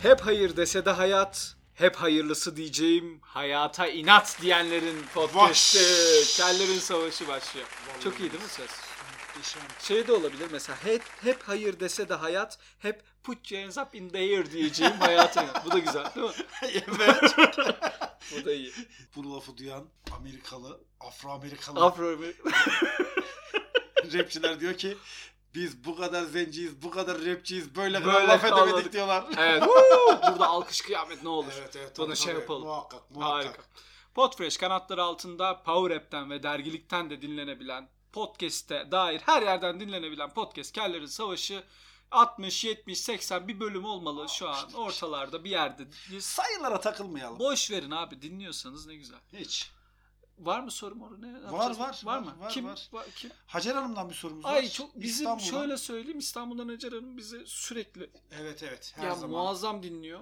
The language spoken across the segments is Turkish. Hep hayır dese de hayat, hep hayırlısı diyeceğim hayata inat diyenlerin podcast'i. Vaş. Kellerin savaşı başlıyor. Vallahi Çok iyi değil mi söz? Muhteşem. Şey de olabilir mesela hep, hep hayır dese de hayat, hep put your hands up in the air diyeceğim hayata inat. Bu da güzel değil mi? evet. Bu da iyi. Bu lafı duyan Amerikalı, Afro-Amerikalı Afro rapçiler diyor ki biz bu kadar zenciyiz, bu kadar rapçiyiz, böyle, kadar Böyle laf kalmadık." edemedik diyorlar. Evet. woo! Burada alkış kıyamet ne olur. Evet evet. Bunu tabii, şey tabii. yapalım. Muhakkak muhakkak. Harika. Podfresh kanatları altında Power App'ten ve dergilikten de dinlenebilen podcast'e dair her yerden dinlenebilen podcast Kellerin Savaşı 60, 70, 80 bir bölüm olmalı şu an ortalarda bir yerde. Sayılara takılmayalım. Boş verin abi dinliyorsanız ne güzel. Hiç. Var mı sorum onu ne yapacağız? var, var var, mı? var, kim var. kim? Hacer Hanım'dan bir sorumuz var. Ay çok bizim İstanbul'dan. şöyle söyleyeyim İstanbul'dan Hacer Hanım bizi sürekli Evet evet her ya zaman. muazzam dinliyor.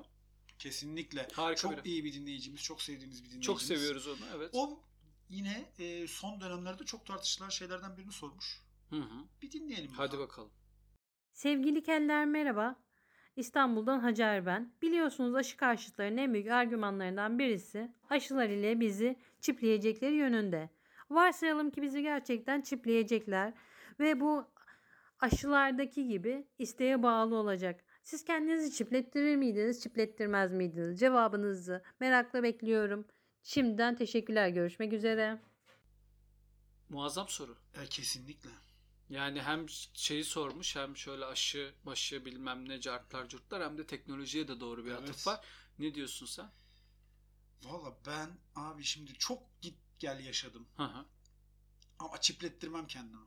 Kesinlikle. Harika Çok biri. iyi bir dinleyicimiz, çok sevdiğimiz bir dinleyicimiz. Çok seviyoruz onu evet. O yine e, son dönemlerde çok tartışılan şeylerden birini sormuş. Hı hı. Bir dinleyelim. Hadi bakalım. Sevgili keller merhaba. İstanbul'dan Hacer ben. Biliyorsunuz aşı karşıtların en büyük argümanlarından birisi aşılar ile bizi çipleyecekleri yönünde. Varsayalım ki bizi gerçekten çipleyecekler ve bu aşılardaki gibi isteğe bağlı olacak. Siz kendinizi çiplettirir miydiniz, çiplettirmez miydiniz? Cevabınızı merakla bekliyorum. Şimdiden teşekkürler. Görüşmek üzere. Muazzam soru. E, kesinlikle. Yani hem şeyi sormuş hem şöyle aşı başı bilmem ne cartlar curtlar hem de teknolojiye de doğru bir Evet. atıf var. Ne diyorsun sen? Valla ben abi şimdi çok git gel yaşadım. Hı hı. Ama çiplettirmem kendimi.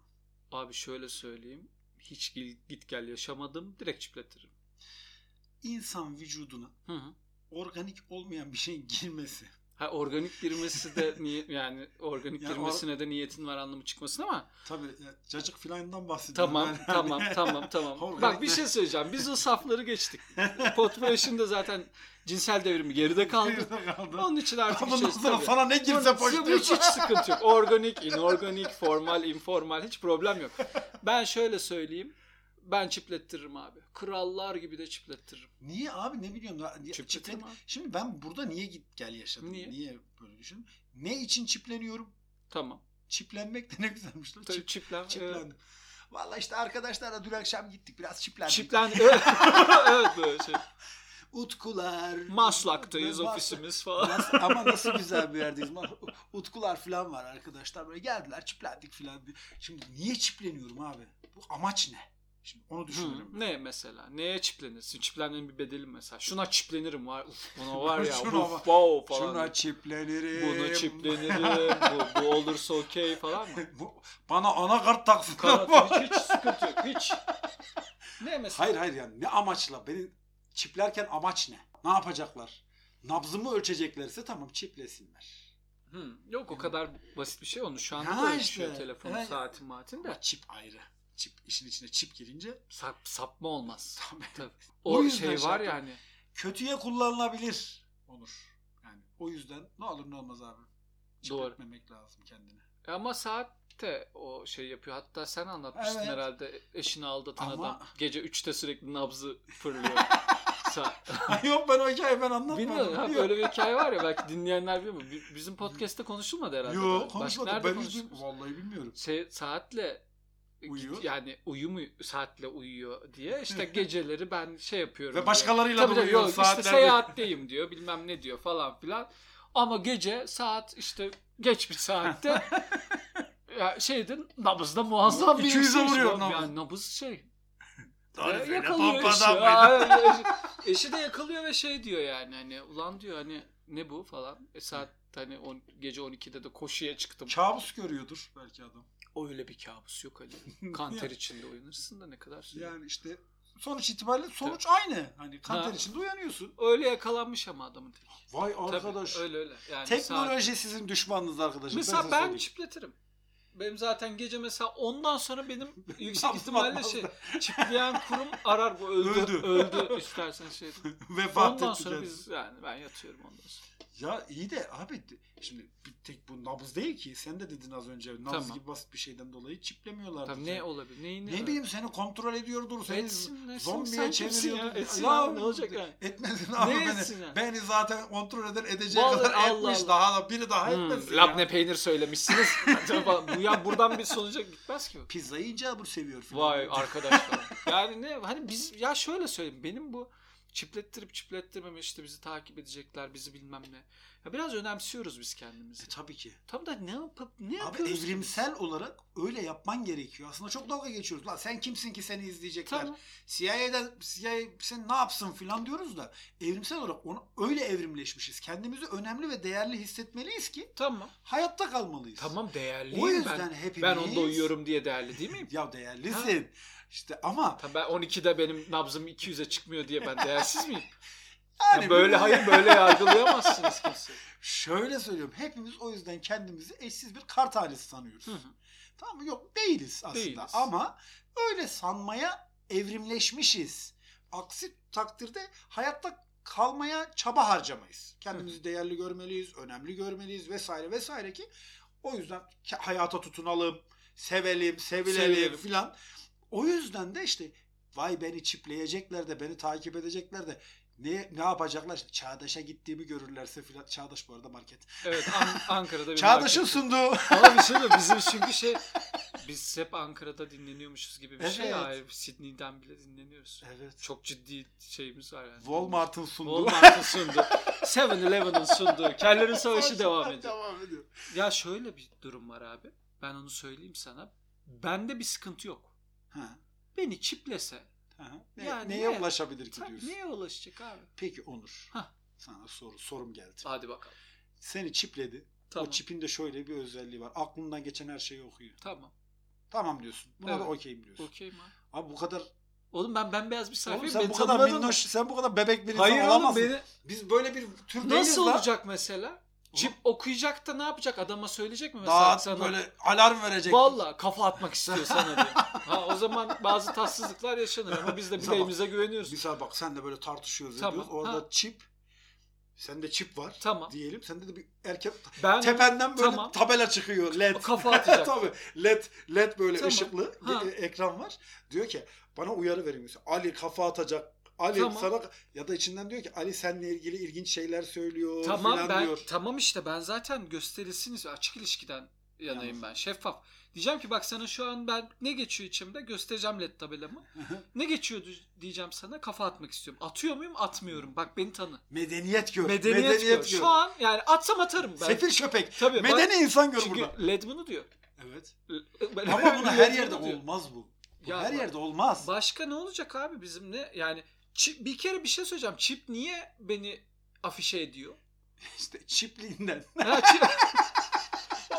Abi şöyle söyleyeyim. Hiç gil- git gel yaşamadım. Direkt çipletirim. İnsan vücuduna Hı hı. organik olmayan bir şeyin girmesi. Ha, organik girmesi de niye yani organik Yani girmesine de niyetin var anlamı çıkmasın ama Tabii e, cacık filanından bahsediyorum. hani tamam tamam ben. tamam tamam. Organik Bak bir de- şey söyleyeceğim. Biz o safları geçtik. Potfresh'in de zaten cinsel devrimi geride kaldı. Geride kaldı. Onun için artık Ondan şey sonra tabii. sana ne girse boş Yok, Hiç, diyorsun. hiç sıkıntı yok. Organik, inorganik, formal, informal hiç problem yok. Ben şöyle söyleyeyim. Ben çiplettiririm abi. Krallar gibi de çiplettiririm. Niye abi ne biliyorum. ya- ya- çiplet- Çiplettiririm abi. Şimdi ben burada niye git gel yaşadım? Niye? böyle düşün? Ne için çipleniyorum? Tamam. Çiplenmek de ne güzelmiş lan. Tabii Çip- çiplen. Çiplen. çiplendim. Valla işte arkadaşlarla dün akşam gittik biraz çiplendik. e, Çiplen. evet böyle şey. Utkular. Maslak'tayız Mas- ofisimiz falan. Mas- ama nasıl güzel bir yerdeyiz. Mas- Utkular falan var arkadaşlar. Böyle geldiler çiplendik falan diye. Şimdi niye çipleniyorum abi? Bu amaç ne? Şimdi onu düşünürüm. Hı, ne mesela? Neye çiplenirsin? Çiplenmenin bir bedeli mi mesela. Şuna çiplenirim var. Uf, buna var ya. Şuna uf, var. wow falan. Şuna çiplenirim. Buna çiplenirim. bu, bu olursa okey falan mı? Bu- Bana anakart taksın. Kanat hiç, hiç sıkıntı yok. Hiç. Ne mesela? Hayır hayır yani ne amaçla? Beni çiplerken amaç ne? Ne yapacaklar? Nabzımı ölçeceklerse tamam çiplesinler. Hı, yok o kadar basit bir şey onu şu Ya anda da işte. ölçüyor telefonun Ya- saatin maatin de Ama çip ayrı. Çip işin içine çip girince Sap, sapma olmaz. Tabii. Tabii. O O, yüzden şey şey var yapıyor. ya hani kötüye kullanılabilir olur. Yani o yüzden ne olur ne olmaz abi. Doğru. Çipletmemek lazım kendini. E ama saatte o şey yapıyor. Hatta sen anlatmıştın Evet. herhalde eşini aldatan Ama- adam gece 3'te sürekli nabzı fırlıyor. Saat. Yok ben o hikayeyi ben anlatmadım. Bilmiyorum ha Yok. böyle bir hikaye var ya belki dinleyenler biliyor mu? Bi- Bizim podcast'te konuşulmadı herhalde. Yok Başka konuşmadım. nerede Ben konuştunuz? hiç vallahi bilmiyorum. şey, saatle Uyuyor. yani uyumu saatle uyuyor diye işte geceleri ben şey yapıyorum. Ve diyor. başkalarıyla Tabii da tabii, uyuyor yok, işte saatlerde. seyahatteyim diyor bilmem ne diyor falan filan. Ama gece saat işte geç bir saatte ya şeydin nabızda muazzam bir 200'e yükseliş vuruyor var. nabız. Yani nabız şey. Tarifeyle Ya, yakalıyor eşi. pompadan Aa, böyle. eşi. eşi de yakalıyor ve şey diyor yani hani ulan diyor hani ne bu falan. E saat hani on, gece 12'de de koşuya çıktım. Kabus görüyordur belki adam. Öyle bir kabus yok Ali. Kanter içinde uyanırsın da ne kadar süre. Yani işte sonuç itibariyle sonuç aynı. Hani kanter Ha. içinde uyanıyorsun. Öyle yakalanmış ama adamın değil. Vay Arkadaş. arkadaş. öyle öyle. Yani Teknoloji saat- sizin düşmanınız arkadaşım. Mesela size ben söyleyeyim. çipletirim. Benim zaten gece mesela ondan sonra benim yüksek Nabzım ihtimalle atmaz şey da. çipleyen kurum arar bu öldü öldü, Öldü. istersen şey. vefat Ondan etti sonra kendisi. biz yani ben yatıyorum ondan sonra. Ya iyi de abi de- şimdi bir tek bu nabız değil ki. Sen de dedin az önce nabız Tamam. gibi basit bir şeyden dolayı çiplemiyorlardı. Tabii seni. ne olabilir? Neyi, ne bileyim seni kontrol ediyordur. Seni Etsin, etsin. zombiye Sen kimsin ya? çeviriyordur. Etsin abi, ne olacak yani? Etmesin abi Ne beni. etsin yani? Beni zaten kontrol eder edeceği Vallahi kadar Allah etmiş. Allah. Daha da biri daha Hmm, etmesin labne ya. peynir söylemişsiniz. Acaba bu ya buradan bir sonuca gitmez ki. bu. Pizzayı icabır seviyor. filan. Vay arkadaşlar. Yani ne hani biz ya şöyle söyleyeyim benim bu çiplettirip çiplettirmeme işte bizi takip edecekler bizi bilmem ne. Ya biraz önemsiyoruz biz kendimizi. E, tabii ki. Tam da ne yapıp ne Abi yapıyoruz? ki biz? evrimsel olarak öyle yapman gerekiyor. Aslında çok dalga geçiyoruz. Lan sen kimsin ki seni izleyecekler? Tamam. CIA'den CIA sen ne yapsın filan diyoruz da evrimsel olarak onu öyle evrimleşmişiz. Kendimizi önemli ve değerli hissetmeliyiz ki Tamam. hayatta kalmalıyız. Tamam değerliyim O yüzden ben. hepimiz Ben onda uyuyorum diye değerli değil miyim? Ya değerlisin. İşte ama Tabii ben 12'de benim nabzım 200'e çıkmıyor diye ben değersiz miyim? Ya yani böyle hayır böyle yargılayamazsınız kimse. şöyle söylüyorum. Hepimiz o yüzden kendimizi eşsiz bir kar tanesi sanıyoruz. Hı hı. Tamam mı? Yok değiliz aslında. Değiliz. Ama öyle sanmaya evrimleşmişiz. Aksi takdirde hayatta kalmaya çaba harcamayız. Kendimizi değerli görmeliyiz, önemli görmeliyiz vesaire vesaire ki o yüzden ke- hayata tutunalım, sevelim, sevilelim Sevilelim. filan. O yüzden de işte vay beni çipleyecekler de beni takip edecekler de ne ne yapacaklar? İşte Çağdaş'a gittiğimi görürlerse filan. Çağdaş bu arada market. Evet An- Ankara'da bir Çağdaş'ın market- sunduğu Ama bir şey de bizim çünkü şey biz hep Ankara'da dinleniyormuşuz gibi bir şey Evet. ya. Sydney'den bile dinleniyoruz. Evet. Çok ciddi şeyimiz var yani. Walmart'ın sunduğu. Walmart'ın sundu. 7-Eleven'ın sundu. Kellerin savaşı devam ediyor. Devam ediyor. Ya şöyle bir durum var abi. Ben onu söyleyeyim sana. Bende bir sıkıntı yok. Ha. Beni çiplese ha. Ne, Yani neye ne- ulaşabilir ki sen diyorsun? neye ulaşacak abi? Peki Onur. Hah. Sana soru, sorum geldi. Hadi bakalım. Seni çipledi. Tamam. O çipin de şöyle bir özelliği var. Aklından geçen her şeyi okuyor. Tamam. Tamam diyorsun. Buna da Evet. okeyim diyorsun. Okey mi? Abi bu kadar Oğlum ben bembeyaz bir oğlum sayfayım. sen Beni bu kadar tanımadın mı? minnoş, sen bu kadar bebek bir Hayır insan oğlum olamazsın. beni. Biz böyle bir tür değiliz Nasıl lan. olacak mesela? Çip okuyacak da ne yapacak? Adama söyleyecek mi mesela Dağıt sana? böyle alarm verecek. Valla kafa atmak istiyor sana diye. Ha, o zaman bazı tatsızlıklar yaşanır ama biz de Tamam. bileğimize güveniyoruz. Misal bak sen de böyle tartışıyoruz Tamam. ediyoruz. Orada Ha. çip. Sende çip var. Tamam. Diyelim. Sende de bir erkek Ben Tependen böyle Tamam. tabela çıkıyor led. Kafa atacak. Tabii led led böyle Tamam. ışıklı ge- Ha. ekran var. Diyor ki bana uyarı verin. Mesela, Ali kafa atacak. Ali Tamam. sana ya da içinden diyor ki Ali seninle ilgili ilginç şeyler söylüyor tamam filan ben diyor. tamam işte ben zaten gösterisiniz açık ilişkiden yanayım Yalnız. ben şeffaf. Diyeceğim ki bak sana şu an ben ne geçiyor içimde göstereceğim led tabelamı. ne geçiyordu diyeceğim sana kafa atmak istiyorum. Atıyor muyum? Atmıyorum. Bak beni tanı. Medeniyet gör. Medeniyet, gör. Şu an yani atsam atarım ben. Sefil köpek. Tabii, bak- Medeni insan gör Çünkü burada. led bunu diyor. Evet. Ben- Ama bunu her Led yerde bunu diyor. olmaz bu. Bu Ya her bak- yerde olmaz. Başka ne olacak abi bizim ne? Yani çip, bir kere bir şey söyleyeceğim. Çip niye beni afişe ediyor? İşte çipliğinden. Ha, çip.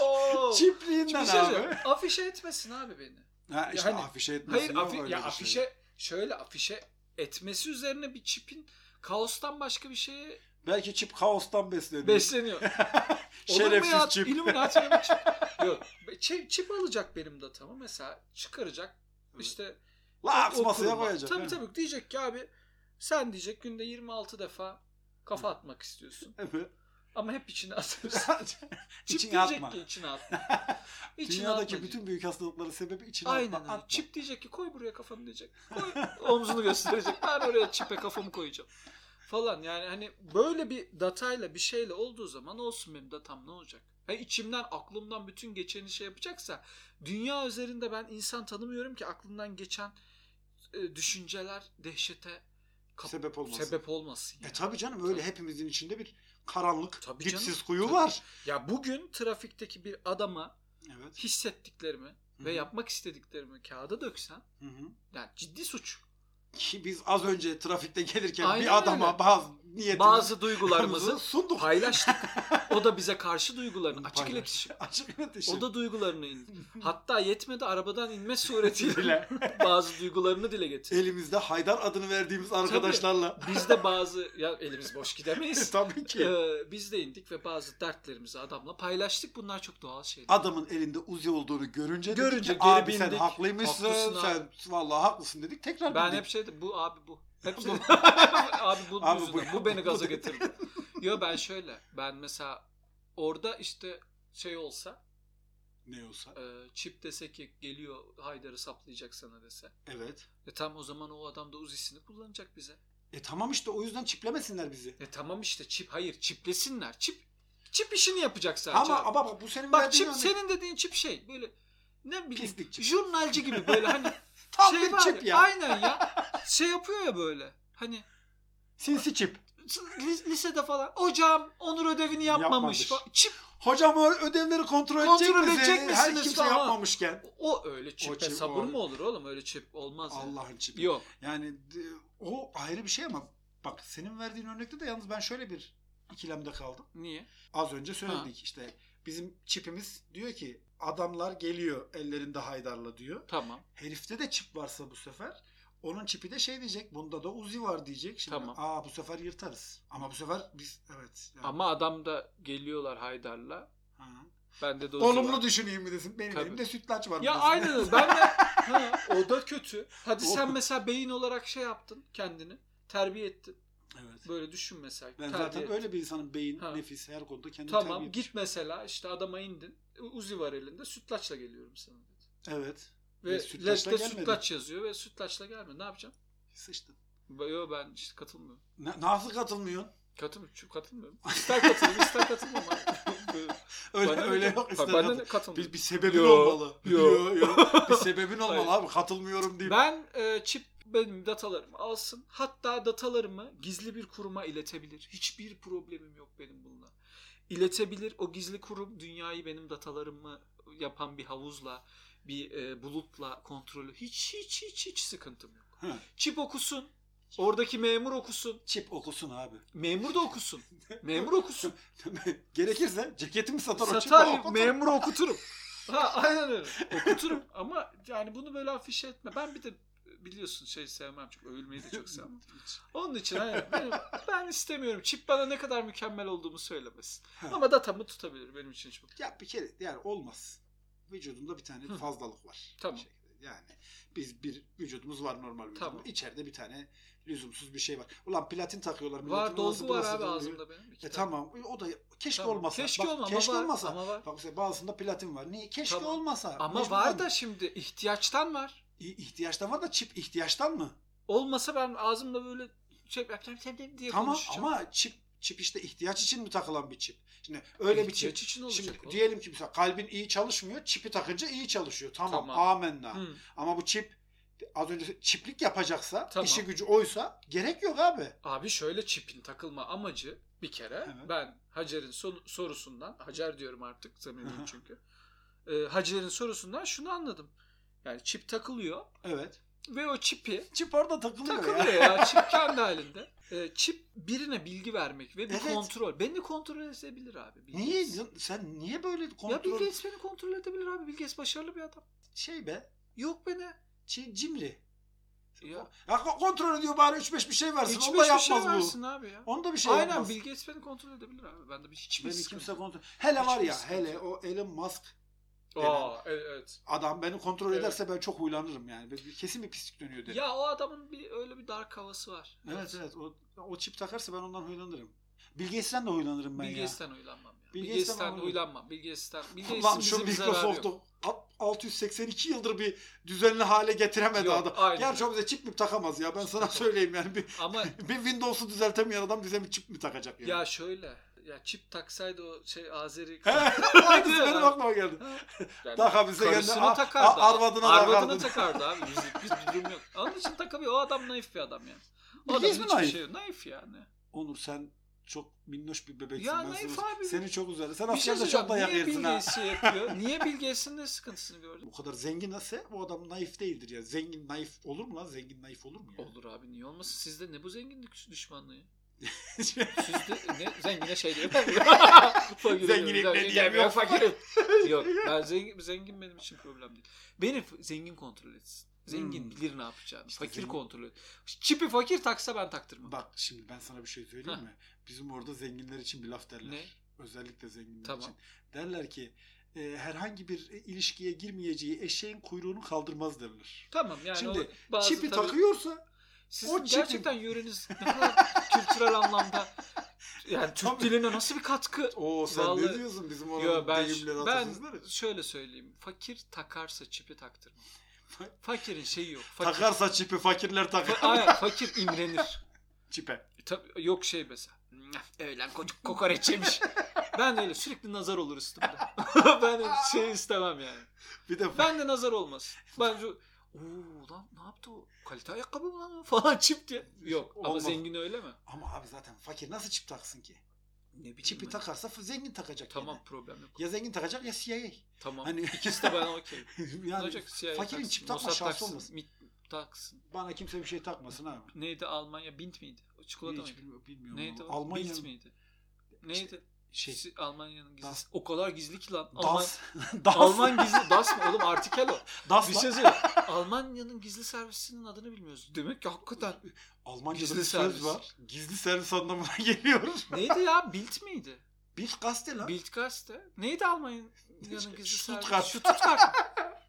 Oo. Şimdi çipliğinden bir şey abi. söyleyeceğim. afişe etmesin abi beni. Ha, işte Yani- afişe etmesin. Hayır yok afi- öyle ya bir şey. afişe şöyle afişe etmesi üzerine bir çipin kaostan başka bir şeye Belki çip kaostan besleniyor. besleniyor. Olur mu ya? Şerefsiz çip. Illuminati mi çip. Yok. Çip, çip alacak benim datamı mesela çıkaracak. Evet. İşte Laks O masaya kuruma. koyacak. Tabii ha. tabii diyecek ki abi sen diyecek günde 26 defa kafa atmak istiyorsun. Evet. Ama hep içine atıyorsun. Çip İçine diyecek atma. ki içine atma. İçine Dünyadaki atma bütün büyük hastalıkların sebebi içine Aynen atma. öyle. atma. Çip diyecek ki koy buraya kafanı diyecek. Koy. Omzunu gösterecek. Ben oraya çipe kafamı koyacağım. Falan yani hani böyle bir datayla bir şeyle olduğu zaman olsun benim datam ne olacak? Ha içimden aklımdan bütün geçeni şey yapacaksa dünya üzerinde ben insan tanımıyorum ki aklından geçen e, düşünceler dehşete kap- Sebep olmasın. sebep olmasın E yani. tabii canım öyle hepimizin içinde bir karanlık, Tabii dipsiz canım, kuyu tabii. var. Ya bugün trafikteki bir adama Evet. hissettiklerimi Hı ve hı. yapmak istediklerimi kağıda döksen Hı hı. yani ciddi suç. Ki biz az önce trafikte gelirken Aynen bir adama öyle. bazı niyetimizi Bazı duygularımızı sunduk. paylaştık. O da bize karşı duygularını açık Paylaştık. iletişim. Açık iletişim. O da duygularını in- hatta yetmedi arabadan inme suretiyle Dile. bazı duygularını dile getirdi. Elimizde Haydar adını verdiğimiz arkadaşlarla. Biz de bazı ya elimiz boş gidemeyiz. E, tabii ki. Ee, biz de indik ve bazı dertlerimizi adamla paylaştık. Bunlar çok doğal şeyler. adamın elinde uzi olduğunu görünce, Görünce dedik ki, geri abi sen bindik. haklıymışsın Haklısın sen vallahi haklısın dedik tekrar ben bindik. hep şey dedim, bu abi bu. Hep şey- abi bu Abi yüzünden, bu- bu, beni bu- gaza getirdi. Yo ben şöyle. Ben mesela orada işte şey olsa Ne olsa. e, çip dese ki geliyor Haydar'ı saplayacak sana dese. Evet. E tam o zaman o adam da uzisini kullanacak bize. E tamam işte o yüzden çiplemesinler bizi. E tamam işte çip hayır çiplesinler. Çip çip işini yapacak sadece. Ama abi. ama bak bu senin Bak verdiğin çip örnek. senin dediğin çip şey böyle ne bileyim Pislik çip. jurnalci gibi böyle hani Tam şey bir var çip ya. Aynen ya. Şey yapıyor ya böyle. Hani Sinsi çip. lis- lisede falan hocam Onur ödevini yapmamış. Yapmamış. Fa- Çip Hocam o ödevleri kontrol, edecek, Kontrol misiniz? edecek Her misiniz kimse falan? yapmamışken. o öyle O çip E çip, sabır o- mı olur oğlum öyle çip olmaz. ya. Allah'ın çipi. Yok. Yani d- o ayrı bir şey ama bak senin verdiğin örnekte de yalnız ben şöyle bir ikilemde kaldım. Niye? Az önce söyledik işte bizim çipimiz diyor ki adamlar geliyor ellerinde haydarla diyor. Tamam. Herifte de çip varsa bu sefer onun çipi de şey diyecek. Bunda da Uzi var diyecek. Şimdi Tamam. aa bu sefer yırtarız. Ama bu sefer biz evet. yani- Ama adam da geliyorlar Haydar'la. Ha. Bende de o Olumlu var. düşüneyim mi desin. Benim Tabii. elimde sütlaç var. Ya bu desin. aynen öyle. Ben de ha, o da kötü. Hadi sen O- mesela beyin olarak şey yaptın kendini. Terbiye ettin. evet. Böyle düşün mesela. Ben terbiye zaten ettin. öyle bir insanın beyin, Ha. nefis her konuda kendini terbiye Tamam etmiş. git mesela işte adama indin. Uzi var elinde. Sütlaçla geliyorum sana. dedi. Evet. Ve Ve E, sütlaçla sütlaçla gelmedi. sütlaç yazıyor ve sütlaçla gelmiyor. Ne yapacağım? Sıçtın. Yo ben işte katılmıyorum. Na- nasıl katılmıyorsun? Katılmıyorum. Çünkü katılmıyorum. İster katılayım ister katılmam. Öyle Bana ne öyle canım? yok. Bak, ister bana katıl. ne katılmıyor? Bir, bir sebebin Yo, olmalı. yo. Yo, yo. Bir sebebin olmalı abi. Katılmıyorum deyip. Ben e, çip benim datalarımı alsın. Hatta datalarımı gizli bir kuruma iletebilir. Hiçbir problemim yok benim bununla. İletebilir. O gizli kurum dünyayı benim datalarımı yapan bir havuzla, bir e, bulutla kontrolü. Hiç hiç hiç hiç sıkıntım yok. Ha, Çip okusun. Oradaki memur okusun. Çip okusun abi. Memur da okusun. Memur okusun. Gerekirse ceketimi satar o çipi Satar okutur. memur okuturum. Ha aynen öyle. Okuturum ama yani bunu böyle afişe etme. Ben bir de biliyorsun şey sevmem çok övülmeyi de çok sevmem. Onun için hani benim- ben istemiyorum. Çip bana ne kadar mükemmel olduğumu söylemesin. Ha. Ama datamı tutabilir benim için. hiç- Ya bir kere yani olmaz. Vücudunda bir tane Hı. fazlalık var. Tamam. Bir şekilde. Yani biz bir vücudumuz var normal vücudumuz. Tamam. İçeride bir tane lüzumsuz bir şey var. Ulan platin takıyorlar. Var milletin dolgu nasıl var burası abi doluyor? ağzımda benim. iki E tane. tamam. O da keşke Tamam. olmasa. Keşke Bak, olmasa. Keşke var, olmasa. Ama var. Bak mesela bazısında platin var. Niye? Keşke Tamam. olmasa. Ama Mecburen. var da şimdi ihtiyaçtan var. İ- ihtiyaçtan var da çip ihtiyaçtan mı? Olmasa ben ağzımda böyle şey yapacağım diye Tamam konuşacağım. ama çip çip işte ihtiyaç için mi takılan bir çip? Şimdi öyle bir çip. İhtiyaç için olacak. Şimdi oğlum. diyelim ki mesela kalbin iyi çalışmıyor. Çipi takınca iyi çalışıyor. Tamam. Tamam. Amenna. Hı. Ama bu çip az önce çiplik yapacaksa, Tamam. işi gücü oysa gerek yok abi. Abi şöyle çipin takılma amacı bir kere Evet. ben Hacer'in son- sorusundan Hacer diyorum artık samimiyim çünkü. Ee, Hacer'in sorusundan şunu anladım. Yani çip takılıyor Evet. ve o çipi Çip orada takılıyor, takılıyor ya. ya, çip kendi halinde. Ee, çip birine bilgi vermek ve bir Evet. kontrol. Beni kontrol edebilir abi. Bilgeys. Niye sen niye böyle Ya kontrol Bilgeys beni kontrol edebilir abi. Bilgeys başarılı bir adam. şey be? Yok be ne? Şey, cimri. Ya, Ya. kontrol ediyor bari 3-5 bir şey versin. hiç Onu da bir yapmaz şey bu. versin abi ya. Onda bir şey Aynen yapmaz. Bilgeys beni kontrol edebilir abi. Bende bir hiçbir Beni sıkıntı kimse yok. kontrol... Hele var Hiçbir ya sıkıntı hele o yok. Elon Musk Aa, evet. evet. adam beni kontrol Evet. ederse ben çok huylanırım yani. Ben- Kesin bir pislik dönüyor derim. Ya o adamın bir öyle bir dark havası var. Evet evet o, o çip takarsa ben ondan huylanırım. Bill Gates'ten de huylanırım ben Bilge ya. Esten uylanmam ya. Bilge Bilge Esten Esten olmuyor. uylanmam. Bilge Esten. Bilge Lan Esten bize şu bir Şey, zararı yok. Microsoft'u alt- 682 yıldır bir düzenli hale getiremedi Yok, adam. aynen. Gerçi o bize çip mi takamaz ya ben sana Takamaz. söyleyeyim yani. Bir, Ama bir Windows'u düzeltemeyen adam bize mi çip mi takacak yani? ya şöyle. Ya çip taksaydı o şey Azeri. He, Aynısı benim aklıma geldi. Yani Daha bize geldi. karısını A- takardı. a- arvadına Arvadına takardı. takardı abi. Yüzük bir durum yok. Onun için takabiliyor. O adam naif bir adam yani. O Bilge adam Esten hiçbir naif. şey yok. Naif yani. Onur sen çok minnoş bir bebeksin. Ya ben naif sana- abi. Seni çok üzer. Sen Bir şey aslında söyleyeceğim. çok dayak Niye yersin ha. Bilge şey yapıyor? Niye Bilge Esten'in ne sıkıntısını gördün? Bu kadar zengin nasıl? Bu adam naif değildir ya. Zengin naif olur mu lan? Zengin naif olur mu ya? Olur abi niye olmasın? Sizde ne bu zenginlik düşmanlığı? Sizde ne zengine şey diyor. Fakir Zenginlik diyor, ne zengin diyeyim, diyor, yok. fakirim. Yok ben zengin, zengin benim için problem değil. Beni f- zengin kontrol etsin. Zengin Hmm. bilir ne yapacağını. İşte fakir zengin. kontrol et. Çipi fakir taksa ben taktırmam. Bak şimdi ben sana bir şey söyleyeyim mi? Bizim orada zenginler için bir laf derler. Ne? Özellikle zenginler Tamam. için. Derler ki e, herhangi bir ilişkiye girmeyeceği eşeğin kuyruğunu kaldırmaz derler. Tamam yani Şimdi o bazı Çipi tabii- takıyorsa Sizin o çipi- gerçekten yöreniz ne kadar kültürel anlamda Yani Türk Tabii. diline nasıl bir katkı? Oo sen Vallahi- ne diyorsun bizim Yo, oranın ben, deyimleri ben atasözleri? şöyle söyleyeyim. Fakir takarsa çipi taktırma. Fakirin şeyi yok. Fakir, Takarsa çipi fakirler takar. Aynen, fakir imrenir. Çipe. Tabii, yok şey mesela. Öğlen kocuk kokoreç yemiş. ben de öyle sürekli nazar olur üstümde. ben de şey istemem yani. Bir de Ben de nazar olmaz. Ben şu ooo lan ne yaptı o? Kalite ayakkabı mı lan o?" falan çip diye. Yok ama Olmaz. zengin öyle mi? Ama abi zaten fakir nasıl çip taksın ki? Ne bileyim Çipi ben. takarsa f- zengin takacak. Tamam gene. problem yok. Ya zengin takacak ya CIA. Tamam. Hani İkisi de ben okey. Ne yani olacak? şey, CIA fakirin taksın, çip takma Mossad şansı taksın, olmasın. MIT taksın. bana kimse bir şey takmasın abi. Neydi Almanya? Bint miydi? O çikolata Hiç mıydı? bilmi- bilmiyorum. Neydi o? onu. Almanya Bint miydi? Neydi? şey Si- Almanya'nın gizli. Das- O kadar gizli ki lan. Alman, Das. das. Alman gizli. Das mı? Oğlum artikel o. Das. Bir lan. şey söyleyeyim. Almanya'nın gizli servisinin adını bilmiyoruz. Demek ki hakikaten. Almanca'da Gizli bir servis. söz var. Gizli servis anlamına geliyor. Neydi ya? Bilt miydi? Bir gazete lan. Bildgaste. Neydi Almanya'nın gizli servisi? Stuttgart. Stuttgart.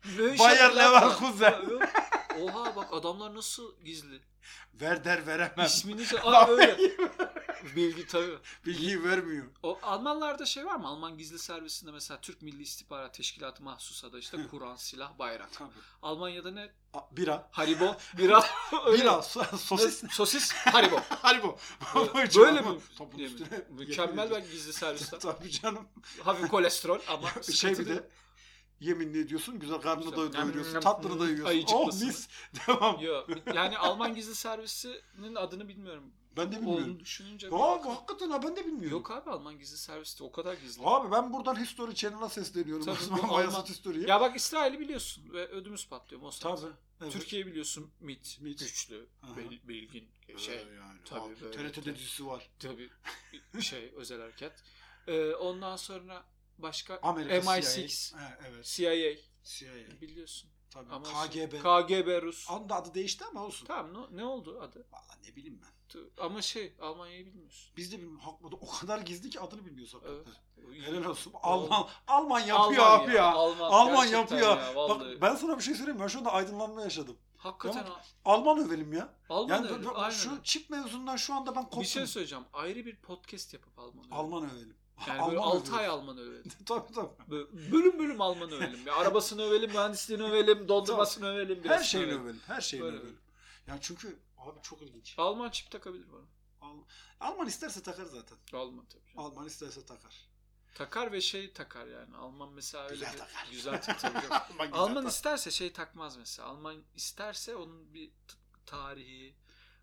Mönchengladbach. Bayer Leverkusen. Oha bak adamlar nasıl gizli. Verder veremem. İsmini söyle. Aa öyle. Bilgi tabii. Bilgiyi vermiyor. O Almanlarda şey var mı? Alman gizli servisinde mesela Türk Milli İstihbarat Teşkilatı mahsusa da işte Kur'an, silah, bayrak. Tabii. Almanya'da ne? A, Bira. Haribo, bira. öyle. Bira. so- Sosis. Ne? Sosis, Haribo. Haribo. Böyle, Çok- Ee, böyle mi? Topun Diye mi? üstüne. Mükemmel yemin belki gizli ediyorum. servisten. Tabii canım. Hafif kolesterol ama şey bir sıkıntı değil. de yeminle ediyorsun. Güzel karnını da Güzel. doyuruyorsun. Yum, Tatlını da yum, yiyorsun. ayıcıklısın. Oh mis. Devam. Yo, yani Alman gizli servisinin adını bilmiyorum. Ben de bilmiyorum. Onu düşününce bir Aa, bu bakın. hakikaten ha ben de bilmiyorum. Yok abi Alman gizli servisi de o kadar gizli. Abi ben buradan History Channel'a sesleniyorum. Tabii, o zaman bu Alman- Bayasat History'ye. Ya bak İsrail'i biliyorsun ve ödümüz patlıyor Mossad. Tabii. Evet. Türkiye'yi biliyorsun MIT, MIT. güçlü, Aha. bel- bilgin, şey, Ee, yani. tabii Aa, böyle. TRT'de dizisi var. tabii şey özel hareket. Ee, ondan sonra başka Amerika MI6, CIA. Ha, evet. CIA CIA. biliyorsun. Tabii. Ama KGB. KGB Rus. Onun da adı değişti ama olsun. Tamam ne, ne oldu adı? Vallahi ne bileyim ben. Tu- Ama şey Almanya'yı bilmiyorsun. Biz de bilmiyorum. Hakikaten o kadar gizli ki adını bilmiyoruz hakikaten. Helal Alman olsun. Alman, Alman yapıyor abi ya. Alman, Alman gerçekten ya, yapıyor. Bak vallahi. ben sana bir şey söyleyeyim. mi? Ben şu anda aydınlanma yaşadım. Hakikaten Tamam. Alman övelim ya. Alman Yani öyle, bak- aynen. şu çip mevzundan şu anda ben koptum. Bir şey söyleyeceğim. Ayrı bir podcast yapıp Alman öyle. Alman övelim. Yani böyle 6 ay övelim. Alman övelim. tabii tabii. Böyle bölüm bölüm Alman övelim. Ya arabasını övelim, mühendisliğini övelim, dondurmasını övelim. Her birazını şeyini övelim. övelim. Her şeyini Böyle övelim. Ya çünkü abi çok ilginç. Alman çip takabilir bana. Al- Alman isterse takar zaten. Alman tabii. canım. Alman isterse takar. Takar ve şey takar yani. Alman mesela öyle Güzel bir- takar. Güzel takar. tabii. Bak güzel Alman takar. isterse şey takmaz mesela. Alman isterse onun bir t- tarihi,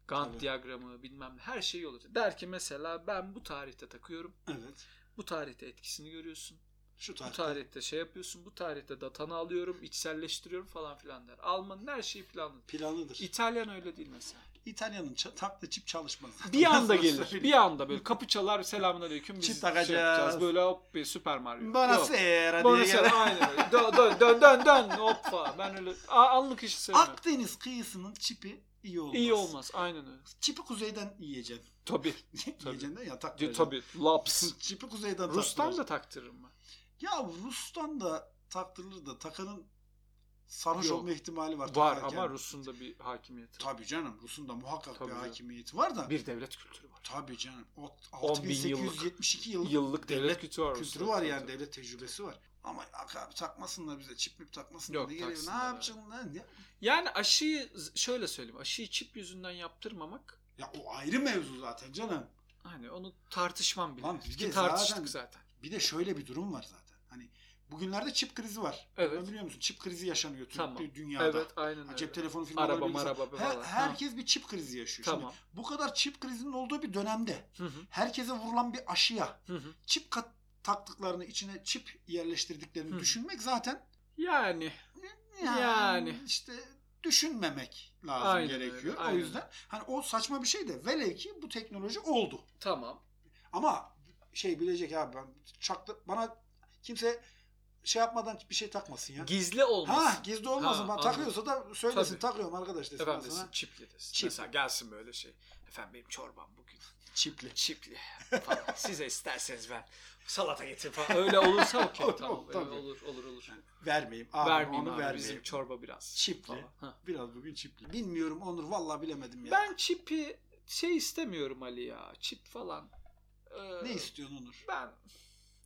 Gantt Tabii. diyagramı bilmem ne her şeyi olur. Der ki mesela ben bu tarihte takıyorum. Evet. Bu tarihte etkisini görüyorsun. Şu Bu tarihte. tarihte şey yapıyorsun. Bu tarihte datanı alıyorum, içselleştiriyorum falan filan der. Almanın her şeyi planlı. Planıdır. İtalyan öyle değil mesela. İtalya'nın ça- takla çip çalışmaz. Bir anda Nasıl gelir. söyleyeyim? Bir anda böyle kapı çalar selamünaleyküm biz Çip şey takacağız. yapacağız. böyle hop bir Süper Mario. Yok. Buonasera diye Bonus gelir. yap- aynen öyle. Dön dön dön dön dön hop falan. Ben öyle a- anlık işi sevmiyorum. Akdeniz kıyısının çipi iyi olmaz. İyi olmaz. Aynen öyle. Çipi kuzeyden yiyeceksin. Tabii. yiyeceksin de ya Tabii. taklayacaksın. tabii. Laps. Çipi kuzeyden Rus'tan taktırır. da taktırırım ben. Ya Rus'tan da taktırılır da takanın sarhoş Yok. olma ihtimali var. Var takarken. ama Rus'un da bir hakimiyeti. var. Tabii canım Rus'un da muhakkak Tabii bir canım. hakimiyeti var da. Bir devlet kültürü var. Tabii canım. O 10 bin yıllık- 6872 yıllık, Yıllık devlet, devlet kültürü var. kültürü Rus'ta. var Tabii, yani tabii. devlet tecrübesi var. Ama ak- abi takmasınlar bize çip mip takmasınlar. Yok, ne geliyor? Ne taksınlar, yapacaksın lan? Ne- Yani aşıyı z- şöyle söyleyeyim. Aşıyı çip yüzünden yaptırmamak Ya o ayrı mevzu zaten canım. hani onu tartışmam bile. Lan bir Ki de tartıştık zaten- zaten. Bir de şöyle bir durum var zaten. Hani bugünlerde çip krizi var. Evet. Ben biliyor musun? Çip krizi yaşanıyor tüm Tamam. dünyada. Evet aynen öyle. Cep telefonu firmaları Araba bilgisayar- maraba Her- falan. herkes bir çip krizi yaşıyor. Şimdi Tamam. bu kadar çip krizinin olduğu bir dönemde Hı hı, herkese vurulan bir aşıya hı hı. çip kat- taktıklarını içine çip yerleştirdiklerini Hı. düşünmek zaten yani yani, Yani. işte düşünmemek lazım Aynen gerekiyor. öyle, aynen O yüzden hani o saçma bir şey de velev ki bu teknoloji oldu. tamam. Ama şey bilecek abi ben çaktı bana kimse şey yapmadan bir şey takmasın ya. Gizli olmasın. Ha gizli olmasın. Ha, ben anladım. takıyorsa da söylesin Tabii. takıyorum arkadaş desin. Efendim aslında. desin çipli desin. Çip. Mesela gelsin böyle şey. Efendim benim çorbam bugün Çipli. çipli falan. Size isterseniz ben salata getir falan. Öyle olursa okey Olur, tamam. olur, tabii. Öyle olur olur olur. Vermeyeyim. Abi, vermeyeyim onu abi vermeyeyim. bizim çorba biraz. Çipli. falan. Ha. Biraz bugün çipli. Bilmiyorum Onur vallahi bilemedim ya. Ben çipi şey istemiyorum Ali ya. Çip falan. Ee, Ne istiyorsun Onur? Ben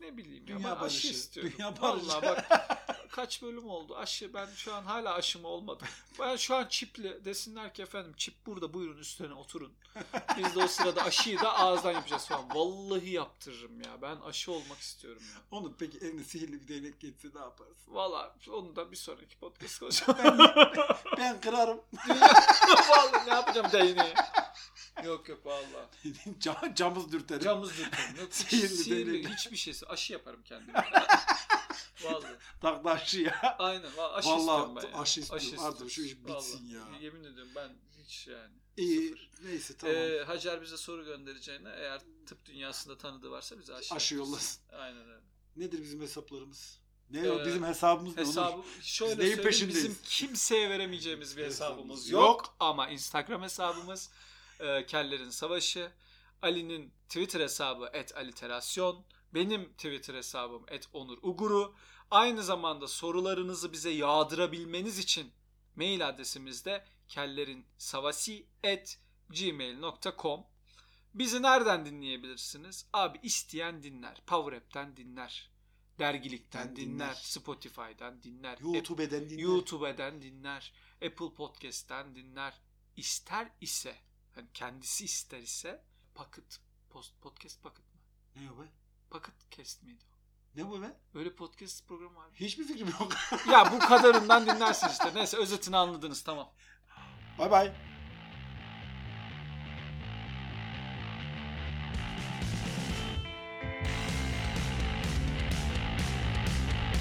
ne bileyim ya. Dünya ben aşı barışı, istiyorum. dünya barışı. Vallahi bak kaç bölüm oldu aşı. Ben şu an hala aşımı olmadım. Ben şu an çiple desinler ki efendim çip burada buyurun üstüne oturun. Biz de o sırada aşıyı da ağızdan yapacağız falan. Vallahi yaptırırım ya. Ben aşı olmak istiyorum ya. Onur peki eline sihirli bir değnek geçse ne yaparsın? Valla onu da bir sonraki podcast konuşalım. Ben kırarım. Vallahi ne yapacağım değneği. Yok yok valla. Cam, camız dürterim. Camız dürterim. Yok, Sihirli sihirli, sihirli değnek. hiçbir şeysi. Aşı yaparım kendime. Vallahi. Taklaşı ya. Aynen. Vallahi aşı istiyorum Vallahi ben. ya. aşı istiyorum. Aşı Artık şu iş istiyorum. bitsin ya. Vallahi. Yemin ediyorum ben hiç yani. İyi. Sıfır. Neyse tamam. Ee, Hacer bize soru göndereceğine eğer tıp dünyasında tanıdığı varsa bize aşı, Aşı yaptırsın. yollasın. Aynen öyle. Nedir bizim hesaplarımız? Ne Ee, o bizim hesabımız ne Hesabı Onur? şöyle Biz neyin söyleyeyim peşindeyiz? bizim kimseye veremeyeceğimiz bir hesabımız Hesabımız yok. yok. ama Instagram hesabımız e, Kellerin Savaşı. Ali'nin Twitter hesabı et Benim Twitter hesabım et Onur Uguru. Aynı zamanda sorularınızı bize yağdırabilmeniz için mail adresimizde kellerinsavasi et gmail.com Bizi nereden dinleyebilirsiniz? Abi isteyen dinler. Power App'ten dinler. Dergilikten Ben dinler. dinler. Spotify'dan dinler. YouTube'den App- dinle. YouTube'den dinler. Apple Podcast'ten dinler. İster ise, hani kendisi ister ise Pocket Post Podcast Pocket mı? Ne o be? Pocket Cast miydi o? Ne bu be? Öyle podcast programı var. Hiçbir fikrim yok. ya bu kadarından dinlersin işte. Neyse özetini anladınız tamam. bye bye.